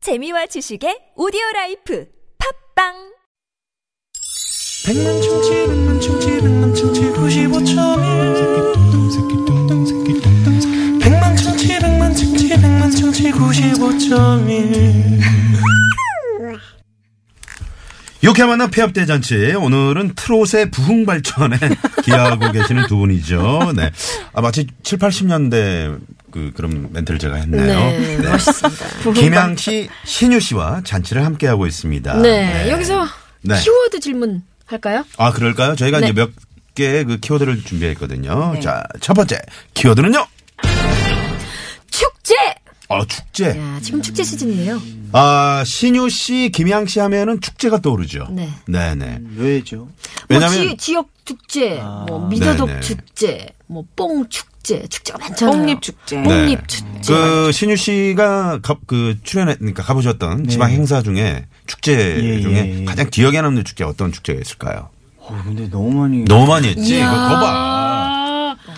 재미와 지식의 오디오 라이프 팝빵 백만 충치 백만 충치 백만 충치 95.1 백만 충치 백만 충치 백만 충치 95.1 이렇게 만나 폐합 대잔치 오늘은 트롯의 부흥 발전에 기여하고 계시는 두 분이죠. 네. 아 마치 7, 80년대 그 그런 멘트를 제가 했네요. 네, 멋있습니다. 김양 씨, 신유 씨와 잔치를 함께 하고 있습니다. 네, 여기서 아, 네. 키워드 질문 할까요? 아 그럴까요? 저희가 네. 이제 몇 개의 그 키워드를 준비했거든요. 자, 첫 번째 키워드는요. 축제. 아 축제. 야, 지금 축제 시즌이에요. 뭐 아 신유 씨, 김양 씨 하면은 축제가 떠오르죠. 네. 네, 네. 왜죠? 왜냐면 아. 뭐 지, 역 축제, 뭐 미더덕 네네. 축제, 뭐 뽕 축제, 축제가 많잖아요. 뽕잎 축제. 뽕잎 네. 축제. 그 신유 씨가 가, 그 출연했니까 가보셨던 지방 행사 중에 축제 예, 중에 예, 예. 가장 기억에 남는 축제 어떤 축제가 있을까요? 어, 근데 너무 많이. 너무 많이 했지. 이야. 이거 거봐.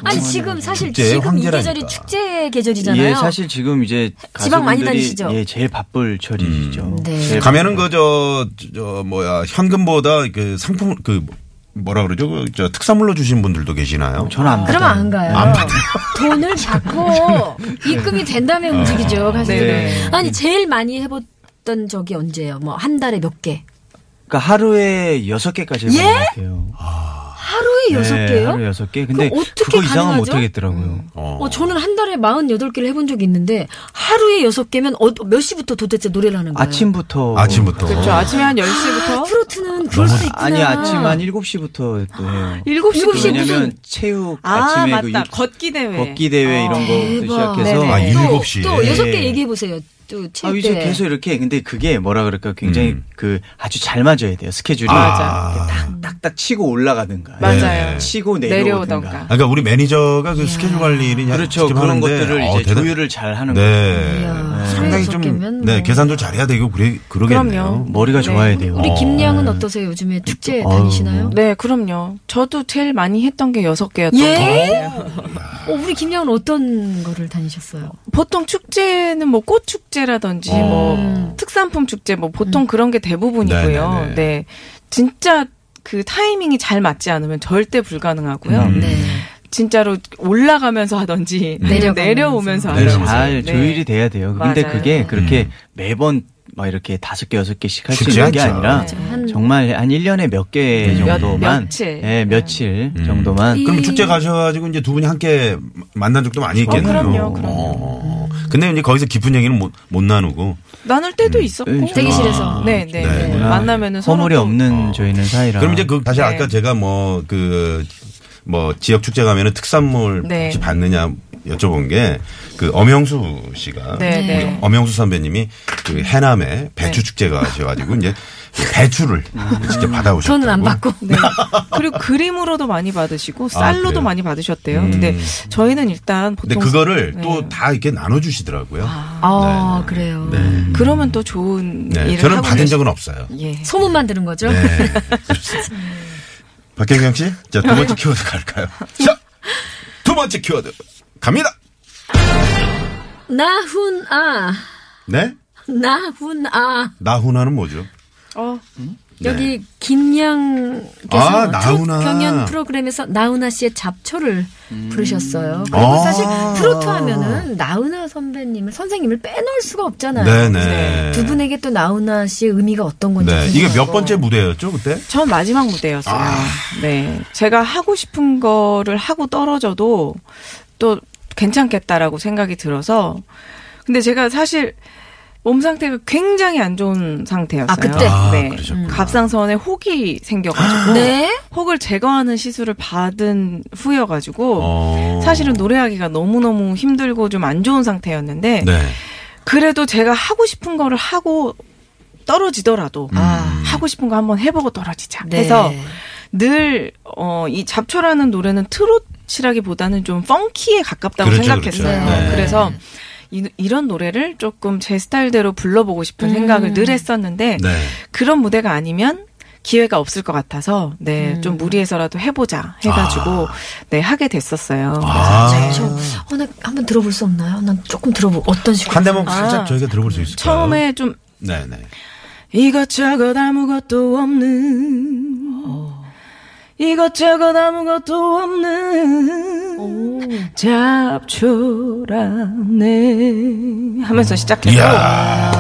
아니 지금 사실 축제의 지금 이 황제라니까. 계절이 축제 계절이잖아요. 예, 사실 지금 이제 지방 많이 가수분들이, 다니시죠? 예, 제일 바쁠 철이시죠. 네. 제일 가면은 그저저 뭐야 현금보다 그 상품 그 뭐라 그러죠? 그 저 특산물로 주신 분들도 계시나요? 어, 전안 받아요. 그러면 안 가요. 돈을 받고 입금이 된 다음에 아. 움직이죠. 사실은. 네. 아니 제일 많이 해봤던 적이 언제예요? 뭐 한 달에 몇 개? 그러니까 하루에 여섯 개까지 해본 예? 것 같아요. 하루에 여섯 네, 개요? 하루에 여섯 개. 근데 그럼 어떻게 그거 이상은 가능하죠? 못 하겠더라고요. 어. 어, 저는 한 달에 48개를 해본 적이 있는데 하루에 6개면 어, 몇 시부터 도대체 노래를 하는 거예요? 아침부터. 아침부터. 그렇죠. 아침에 한 10시부터. 아, 트로트는 그럴 수 있구나. 아니, 아침 한 일곱 시부터 또 해요. 7시부터. 일곱 시에 왜냐면 무슨- 체육 아, 아침에 그 맞다. 육- 걷기 대회. 아, 걷기 대회 이런 거부터 대박. 시작해서 아, 또, 일곱 시에. 또 6개 예. 얘기해보세요. 또 아, 칠 이제 때. 계속 이렇게 근데 그게 뭐라 그럴까 굉장히 음. 그 아주 잘 맞아야 돼요 스케줄이 아. 이렇게 딱딱딱 치고 올라가든가 맞아요. 네. 예. 치고 내려오던가. 내려오든가 그러니까 우리 매니저가 그 스케줄 관리를 그렇죠 직접 그런 하는데, 것들을 어, 이제 대단- 조율을 잘 하는 거예요 네. 이야, 상당히 하루에 여섯 개면 좀네 뭐. 계산도 잘해야 되고 그래 그러겠네요. 그럼요. 머리가 좋아야 돼요 우리 어. 김양은 어떠세요? 요즘에 축제 어우, 다니시나요? 네, 그럼요. 저도 제일 많이 했던 게 여섯 개였던 거. 예? 어, 우리 김양은 어떤 거를 다니셨어요? 보통 축제는 뭐 꽃 축제라든지 어. 뭐 특산품 축제 뭐 보통 그런 게 대부분이고요. 네네네. 네. 진짜 그 타이밍이 잘 맞지 않으면 절대 불가능하고요. 음. 네. 진짜로 올라가면서 하든지 음. 내려가면서. 내려오면서 네, 하든지. 맞아요. 잘 네. 음. 조율이 돼야 돼요 근데 맞아요. 그게 그렇게 음. 매번 막 이렇게 다섯 개 여섯 개씩 할 수 쉽지 있는 게 않죠. 음. 아니라 맞아요. 한 정말 한 1년에 몇 개 몇- 정도만 며칠. 네. 예, 며칠 음. 정도만 그럼 예. 이- 축제 가셔가지고 이제 두 분이 함께 만난 적도 많이 있겠네요. 어, 그럼요, 그럼요. 어. 근데 이제 거기서 깊은 얘기는 못, 못 나누고. 나눌 때도 있었고. 네, 대기실에서. 네, 네. 네. 네. 만나면은 서로 허물이 또- 없는 저희는 사이라 어. 그럼 이제 그 다시 네. 아까 제가 뭐 그 뭐 지역 축제 가면은 특산물 네. 혹시 받느냐 여쭤본 게 그 엄영수 씨가 네, 우리 네. 엄영수 선배님이 그 해남에 배추 축제가 하셔가지고 이제 배추를 직접 받아오셨다고. 저는 안 받고. 네. 그리고 그림으로도 많이 받으시고 쌀로도 아, 그래요? 음. 많이 받으셨대요. 근데 저희는 일단 보통 근데 그거를 네. 또 다 이렇게 나눠주시더라고요. 아, 그래요. 네. 그러면 또 좋은 네, 일을 저는 하고 받은 계시- 적은 없어요. 예. 소문만 들은 거죠? 네. 박경경 씨, 자, 두 번째 키워드 갈까요? 자, 두 번째 키워드 갑니다. 나훈아. 네? 나훈아. 나훈아는 뭐죠? 어, 네. 여기 김양께서 아, 트로트 나훈아. 경연 프로그램에서 나훈아 씨의 잡초를 부르셨어요. 그리고 음. 아. 사실 트로트 하면은 나훈아 선배님을 선생님을 빼놓을 수가 없잖아요. 네네. 두 분에게 또 나훈아 씨의 의미가 어떤 건지 네, 이게 몇 궁금하고. 번째 무대였죠 그때? 전 마지막 무대였어요. 아. 네. 제가 하고 싶은 거를 하고 떨어져도 또 괜찮겠다라고 생각이 들어서 근데 제가 사실 몸 상태가 굉장히 안 좋은 상태였어요. 아, 그때? 아, 네. 그러셨구나. 갑상선에 혹이 생겨가지고 네? 혹을 제거하는 시술을 받은 후여가지고 어. 사실은 노래하기가 너무너무 힘들고 좀 안 좋은 상태였는데 네. 그래도 제가 하고 싶은 거를 하고 떨어지더라도 음. 아. 하고 싶은 거 한번 해보고 떨어지자 네. 해서 늘 어, 이 잡초라는 노래는 트롯이라기보다는 좀 펑키에 가깝다고 그렇죠, 생각했어요. 그렇죠. 네. 그래서 이, 런 노래를 조금 제 스타일대로 불러보고 싶은 생각을 늘 했었는데 네. 그런 무대가 아니면 기회가 없을 것 같아서 네 좀 무리해서라도 해보자 해가지고 네 하게 됐었어요. 아. 네. 저, 어, 나 한번 들어볼 수 없나요? 난 조금 들어보, 어떤 식으로. 한 대목 아. 살짝 저희가 들어볼 수 있을까요? 처음에 좀 네네. 이것저것 아무것도 없는 어. 이것저것 아무것도 없는 잡초라네 어. 하면서 시작했고 이야.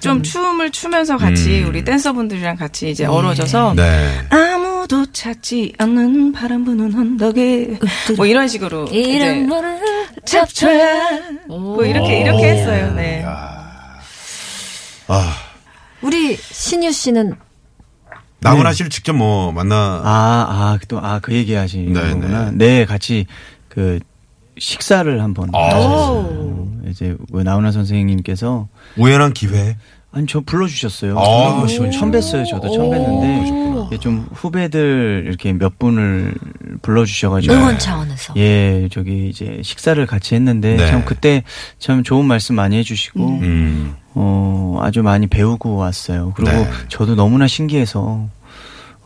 좀 춤을 추면서 같이 우리 댄서분들이랑 같이 이제 어우러져서 음. 네. 아무도 찾지 않는 바람 부는 언덕에 뭐 이런 식으로 이런 이제 거를. 네. 잡초야 뭐 이렇게 이렇게 했어요. 네. 아. 우리 신유 씨는 나훈아 씨를 직접 뭐 만나. 아, 아, 또, 아, 그 얘기 하시는 네, 거구나. 네, 같이 그 식사를 한번 아. 하셨어요. 이제 나훈아 선생님께서 우연한 기회. 아니 저 불러주셨어요. 아, 처음 처음 뵀어요. 저도 처음 뵀는데 이게 좀 후배들 이렇게 몇 분을 네. 불러주셔가지고 응원 네. 차원에서. 예 저기 이제 식사를 같이 했는데 네. 참 그때 참 좋은 말씀 많이 해주시고 음. 어 아주 많이 배우고 왔어요. 그리고 네. 저도 너무나 신기해서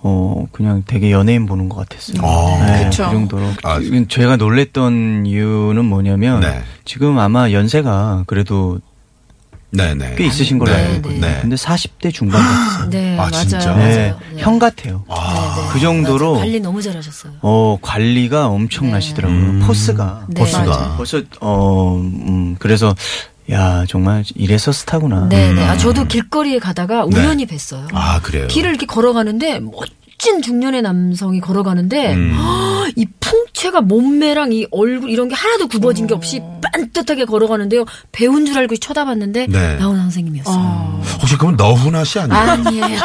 어 그냥 되게 연예인 보는 것 같았어요. 아. 네, 그 그쵸. 정도로 아. 지금 제가 놀랬던 이유는 뭐냐면 네. 지금 아마 연세가 그래도 네네. 꽤 있으신 걸로 네, 알고 있거든요. 네. 근데 40대 중반 같았어요. 네, 아, 맞아요. 진짜? 맞아요. 네, 네. 형 같아요. 아. 그 정도로 맞아요. 관리 너무 잘하셨어요. 어 관리가 엄청나시더라고요. 음. 포스가 네. 버스가. 벌써 어 음, 그래서 야 정말 이래서 스타구나. 네, 네. 아, 저도 길거리에 가다가 우연히 뵀어요. 음. 네. 아, 그래요. 길을 이렇게 걸어가는데 멋진 중년의 남성이 걸어가는데 음. 헉, 이 풍채가 몸매랑 이 얼굴 이런 게 하나도 굽어진 게 없이 반듯하게 걸어가는데요. 배운 줄 알고 쳐다봤는데 네. 나훈아 선생님이었어요. 혹시 그건 너훈아 씨 아니에요? 아니에요.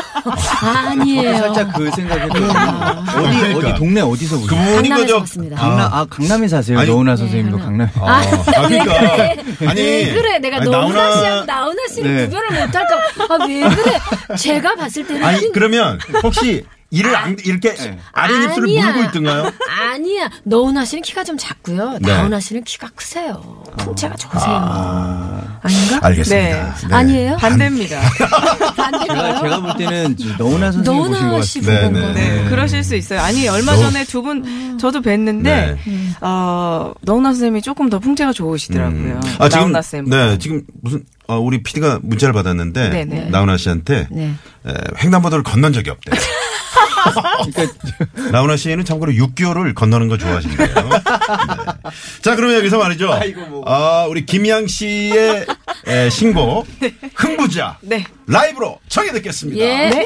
아니에요. 살짝 그 생각이 들어요. 아, 어디 그러니까. 어디 동네 어디서 보세요? 그분인 강남에서 거죠? 왔습니다. 강남 아 강남에 사세요. 아니, 노은아 선생님도 네. 강남. 에 아, 아, 그러니까. 아니. 왜 네, 그래? 내가 아니, 너무나 나훈아- 씨랑 나훈아 씨를 네. 구별을 못할까? 봐. 아, 왜 그래? 제가 봤을 때는 아니 그러면 혹시 이를 안- 이렇게 아랫입술을 네. 아니야. 물고 있던가요? 아니야. 너훈아 씨는 키가 좀 작고요. 네. 나훈아 씨는 키가 크세요. 풍채가 좋으세요. 아... 닌가 알겠습니다. 네. 아니에요? 반대입니다. 제가 제가 볼 때는 지금 너은아 선생님 보신 것 너훈아 씨 같아요. 네, 보는 네. 거네. 네, 그러실 수 있어요. 아니, 얼마 전에 두 분 저도 뵀는데, 네. 어, 너훈아 선생님이 조금 더 풍채가 좋으시더라고요. 아 지금 나훈아 쌤. 네 지금 무슨 어, 우리 PD가 문자를 받았는데 네, 네. 나훈아 씨한테 네. 에, 횡단보도를 건넌 적이 없대. 그 나훈아 씨는 참고로 6개월을 건너는 거 좋아하신대요. 네. 자 그러면 여기서 말이죠. 아, 우리 김양 씨의 에, 신곡 흥부자 네. 라이브로 청해 듣겠습니다. 예. 네.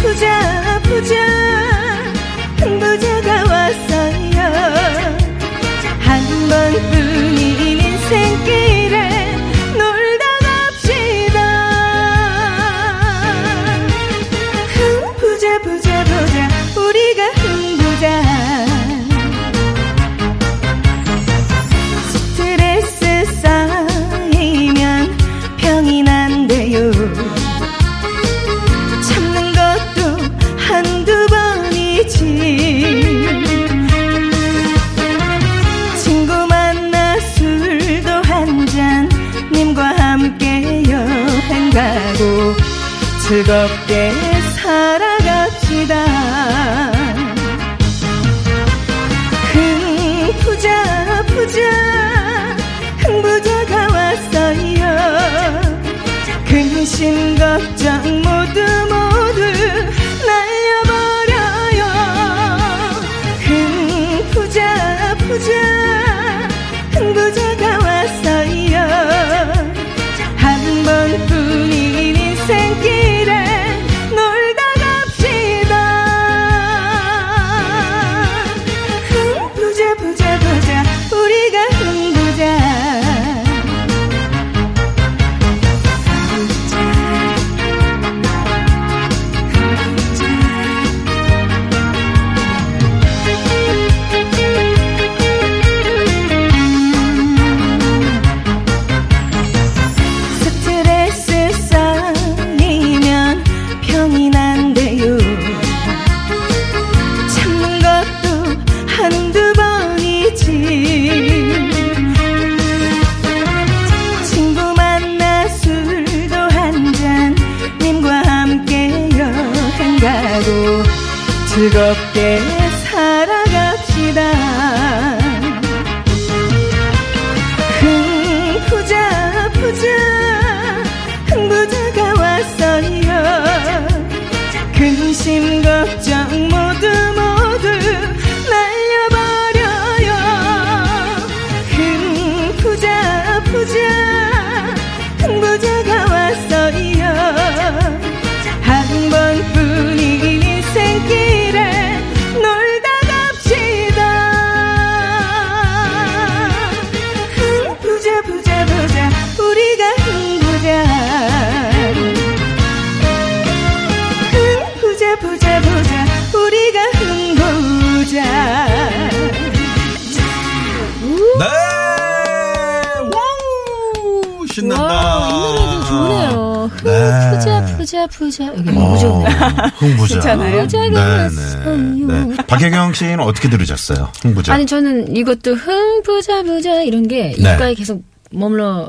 부자 부자 흥부자가 왔어요 한 번뿐인 인생길에 놀다 갑시다 흥부자 부자 부자 우리가 흥부자 스트레스 쌓이면 병이 난대요 참는 것도 한두 번이지 친구 만나 술도 한 잔 님과 함께 여행 가고 즐겁게 살아갑시다 흥 부자 부자 흥 부자가 왔어요 근심 그 걱정 모두 모두 날려버려요 흥 부자 부자 흥 부자가 왔어요 한 번뿐인 인생길에 놀 즐겁게 살아갑시다. 흥 부자 부자 흥 부자가 왔어요. 근심 걱정 모두 모두 날려버려요. 흥 부자 부자 흥 부자가 왔어요. 한 번뿐인 인생길에 놀다 갑시다. 흥 부자 부자 부자 우리가 흥 부자. 흥 부자 부자 부자 우리가 흥 부자 네! 와우! 신난다. 와, 어, 이 노래 좀 좋네요. 아, 흥, 네. 푸자, 푸자, 푸자. 여기 어, 뭐죠? 흥부자. 괜찮아요? 네, 네, 네. 박혜경 씨는 어떻게 들으셨어요? 흥부자. 아니, 저는 이것도 흥, 푸자, 푸자 이런 게 네. 입가에 계속 머물러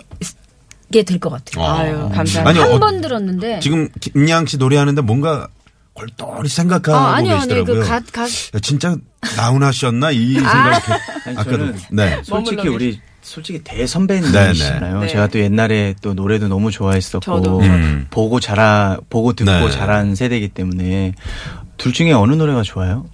있게 될 것 같아요. 아유, 감사합니다. 어. 아니, 어, 한 번 들었는데. 지금 김양 씨 노래하는데 뭔가 골똘히 생각하고 아, 아니요, 아니요. 계시더라고요. 그 가, 가, 야, 진짜 나훈아 씨였나 이 생각. 아니, 아까도 저는 뭐- 네. 솔직히 머물러 우리 솔직히 대선배님이시잖아요. 네. 제가 또 옛날에 또 노래도 너무 좋아했었고 저도, 저도. 음. 보고 자라 보고 듣고 네. 자란 세대이기 때문에 둘 중에 어느 노래가 좋아요?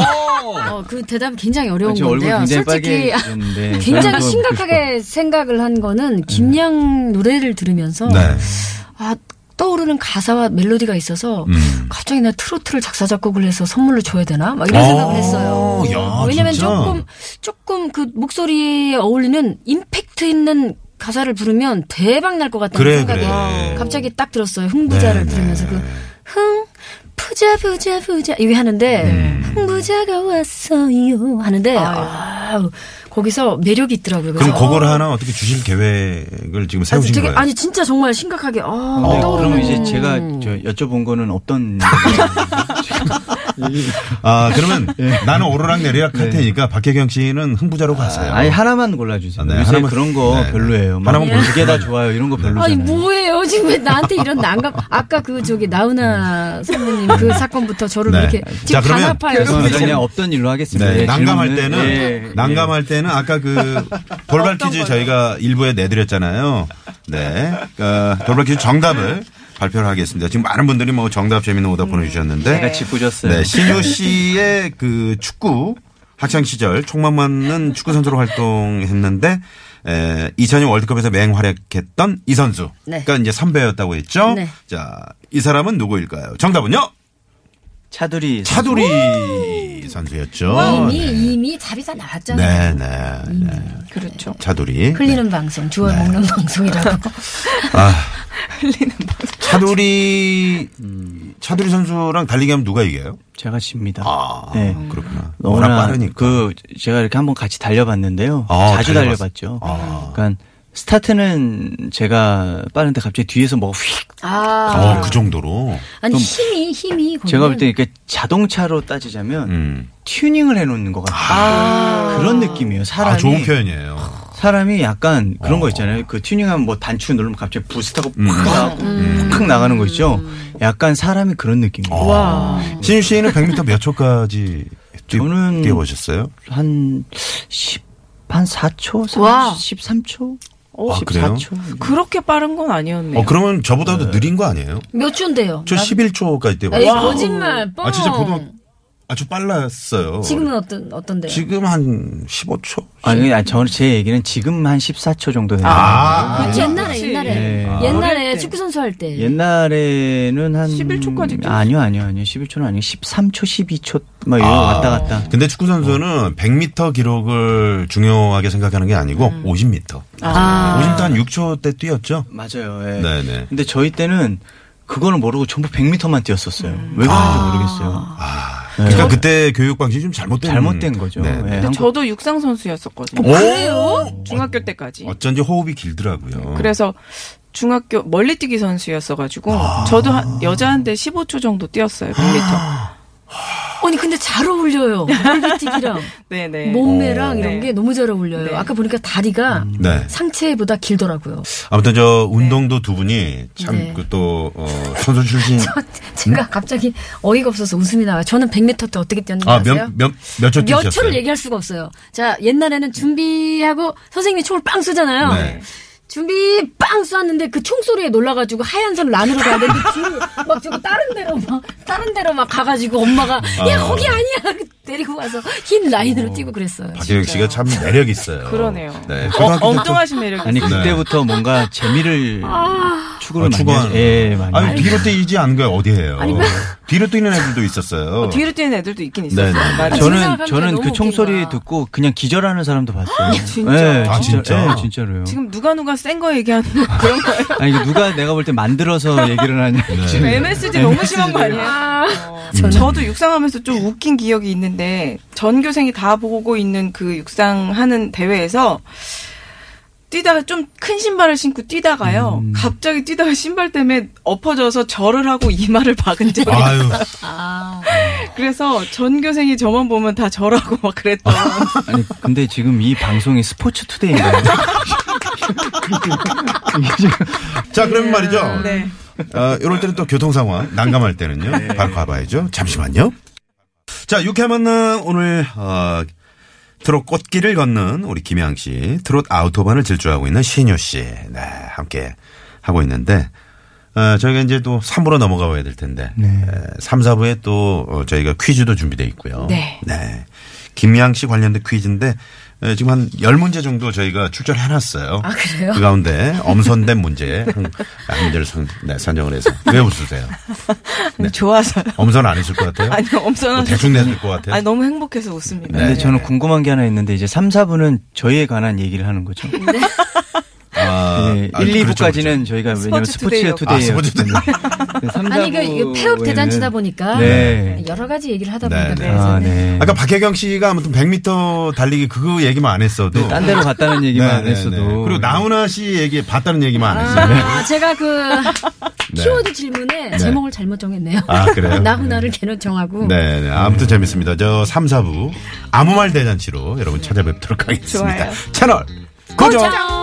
어, 그 대답이 굉장히 어려운 지금 그렇죠. 얼굴 건데요. 굉장히 솔직히 예. 빨개졌는데 저는 굉장히 네. 또 심각하게 생각을 한 거는 김양 노래를 들으면서 네. 아, 떠오르는 가사와 멜로디가 있어서 음. 갑자기 나 트로트를 작사 작곡을 해서 선물로 줘야 되나? 막 이런 어, 생각을 했어요. 야, 왜냐면 진짜? 조금 조금 그 목소리에 어울리는 임팩트 있는 가사를 부르면 대박 날 것 같다는 그래, 생각이 그래. 갑자기 딱 들었어요. 흥부자를 네, 들으면서 네. 그 흥 부자 부자 부자 이게 하는데 흥부자가 왔어요 하는데 아우, 거기서 매력이 있더라고요. 그럼 그래서 그걸 하나 어떻게 주실 계획을 지금 아니, 세우신 되게- 거예요? 아니 진짜 정말 심각하게 아, 근데 떠오르는 어, 그럼 이제 제가 저 여쭤본 거는 어떤 아, 그러면 예. 나는 오르락 내리락 할 테니까 박혜경 씨는 흥부자로 가세요. 네. 아니 하나만 아, 골라주세요. 네, 요새 하나만- 그런 거 네, 네. 별로예요. 막 하나만 이게 다 좋아요 이런 거 별로잖아요. 아니 뭐예요 지금 왜 나한테 이런 난감 아까 그 저기 나훈아 선배님 그 사건부터 저를 네. 이렇게 자, 지금 그러면 단합하여 죄송합니다. 그냥 없던 일로 하겠습니다. 네, 예, 난감할 질문은- 때는 예, 예. 난감할 때는 아까 그 돌발 퀴즈 저희가 일부에 내드렸잖아요. 네, 그 돌발 퀴즈 정답을 발표를 하겠습니다. 지금 많은 분들이 뭐 정답 재밌는 오답 보내주셨는데 제가 짓궂었어요. 네, 신유 씨의 그 축구 학창 시절 총만 맞는 축구 선수로 활동했는데 에, 2002 월드컵에서 맹활약했던 이 선수. 네. 그러니까 이제 선배였다고 했죠. 네. 자, 이 사람은 누구일까요? 정답은요? 차두리 차두리 선수였죠. 이미 이미 답이 다 나왔잖아요. 어. 음. 네, 네. 네. 그렇죠. 차두리. 네. 흘리는 방송, 주워 먹는 방송이라고. 차두리 음. 차두리 선수랑 달리기 하면 누가 이겨요? 제가 집니다. 아, 네. 그렇구나. 워낙 워낙 빠르니까. 그 제가 이렇게 한번 같이 달려봤는데요. 아, 자주 달려봤어. 달려봤죠. 아. 그러니까 스타트는 제가 빠른데 갑자기 뒤에서 뭐가 휙 아, 어, 그 정도로. 아니 힘이 힘이. 거기는 제가 볼 때 이렇게 자동차로 따지자면 음. 튜닝을 해놓는 것 같아요. 그런 느낌이에요. 사람이 아, 좋은 표현이에요. 사람이 약간 그런 어. 거 있잖아요. 그 튜닝하면 뭐 단추 누르면 갑자기 부스트하고 팍 음. 나가고 팍 나가는 거 있죠. 약간 사람이 그런 느낌이에요. 와. 신유 씨는 100m 몇 초까지 뛰, 저는- 뛰어보셨어요? 한 10, 한 4초, 3, 와. 13초, 아, 그래요? 14초. 그렇게 빠른 건 아니었네요. 어, 그러면 저보다도 느린 거 아니에요? 몇 주인데요? 저 11초까지 에이, 뛰어봤어요. 거짓말. 뻥. 아, 진짜 고등학교 아주 빨랐어요. 지금은 어떤 어떤데요? 지금 한 15초? 아니, 아니, 저는 제 얘기는 지금 한 14초 정도 되는 아, 그렇지 옛날에 그렇지. 옛날에 네. 아. 옛날에 어릴 때. 축구 선수 할 때. 옛날에는 한 11초까지 뛰었어요. 아니요, 아니요, 아니요. 11초는 아니고 13초, 12초 막 이런 거 아. 왔다 갔다. 근데 축구 어. 선수는 100m 기록을 중요하게 생각하는 게 아니고 음. 50m. 아. 50m 한 6초 때 뛰었죠? 맞아요. 예. 네, 네. 근데 저희 때는 그거는 모르고 전부 100m만 뛰었었어요. 왜 그런지 아. 아. 네. 모르겠어요. 그러니까 그때 교육 방식이 좀 잘못된 잘못된 거죠. 네. 예, 근데 한국- 저도 육상 선수였었거든요. 어? 그래요? 중학교 네. 때까지. 어쩐지 호흡이 길더라고요. 음. 그래서 중학교 멀리뛰기 선수였어가지고 저도 한- 여자한테 15초 정도 뛰었어요. 100m. 아니 근데 잘 어울려요. 얼굴띠기랑 네네. 뭐, 몸매랑 이런 네. 게 너무 잘 어울려요. 네. 아까 보니까 다리가 네. 상체보다 길더라고요. 아무튼 저 네. 운동도 두 분이 참 네. 그또 어, 선수 출신 제가 갑자기 어이가 없어서 웃음이 나와요. 저는 100m 때 어떻게 뛰었는지 아세요? 아몇몇몇초 몇 뛰셨어요? 초를 얘기할 수가 없어요. 자, 옛날에는 준비하고 선생님이 총을 빵 쏘잖아요. 네. 준비 빵 쏘았는데 그 총소리에 놀라가지고 하얀 선 란으로 가야 되는데 줄을 막 저거 다른 데로 막 다른 데로 막 가가지고 엄마가 야 아. 거기 아니야 데리고 와서 흰 라인으로 뛰고 그랬어요. 박혜영 씨가 참 매력 있어요. 그러네요. 네. 어, 초등학교 때 엉뚱하신 매력이 아니 아니, 그때부터 뭔가 재미를 네. 아, 추구를 많이 추구하는. 하죠. 예, 많이 아니 하죠. 뒤로 뛰지 않은 거야 어디에요? 뒤로 뛰는 애들도 있었어요. 뭐. 뒤로 뛰는 애들도 있긴 네, 있었어요. 아, 네. 말은. 저는 생각하면 저는 너무 그 총소리 웃기다. 듣고 그냥 기절하는 사람도 봤어요. 진짜? 예, 아, 진짜? 예, 진짜로요. 지금 누가 누가 센 거 얘기하는 그런 거예요. 아니 이게 누가 내가 볼 때 만들어서 얘기를 하냐. 지금 MSG 너무 심한 거 아니에요? 어. 저- 저도 육상하면서 좀 웃긴 기억이 있는데 전교생이 다 보고 있는 그 육상하는 대회에서 뛰다가 좀 큰 신발을 신고 뛰다가요. 갑자기 뛰다가 신발 때문에 엎어져서 절을 하고 이마를 박은 적이 있어요. 아유, 그래서 전교생이 저만 보면 다 절하고 막 그랬던 아니 근데 지금 이 방송이 스포츠 투데이인가요? 네. 이게 지금 자 그러면 말이죠. 네. 아, 이럴 때는 또 교통 상황 난감할 때는요. 바로 가봐야죠. 잠시만요. 자, 육회 만남 오늘 어, 트롯 꽃길을 걷는 우리 김양 씨, 트롯 아우토반을 질주하고 있는 신유 씨, 네 함께 하고 있는데 어, 저희가 이제 또 3부로 넘어가 봐야 될 텐데 에, 3, 4부에 또 어, 저희가 퀴즈도 준비돼 있고요. 네. 김양 씨 관련된 퀴즈인데 에, 지금 한 10문제 정도 저희가 출전해놨어요. 아, 그래요? 그 가운데 엄선된 문제 한, 한 문제를 선, 네, 선정을 해서 왜 웃으세요? 음, 좋아서 엄선 안 했을 것 같아요? 아니 뭐 엄선한 대충 냈을 것 같아요? 아니 너무 행복해서 웃습니다. 근데 네. 저는 궁금한 게 하나 있는데 이제 3, 4부는 저희에 관한 얘기를 하는 거죠. 아, 네, 아, 1, 그렇죠, 2부까지는 저희가 왜냐면 스포츠 스포츠 투데이였고. 투데이였거든요. 그 아, 스포츠 투데이. 아니 그 이거, 이거 폐업 대잔치다 보니까 예. 네. 여러 가지 얘기를 하다 네, 보니까 네. 아, 그래서는 네. 아까 박혜경 씨가 아무튼 100m 달리기 그거 얘기만 안 했어도. 네, 딴 데로 갔다는 얘기만 네, 네, 안 했어도 그리고 나훈아 씨 얘기 봤다는 얘기만 안 했어요. 아, 제가 그 네. 키워드 질문에 제목을 잘못 정했네요. 아, 그래요? 나훈아를 걔는 정하고 네, 네. 아무튼 재밌습니다. 저 3, 4부 아무 말 대잔치로 여러분 찾아뵙도록 하겠습니다. 좋아요. 채널 고정! 고정!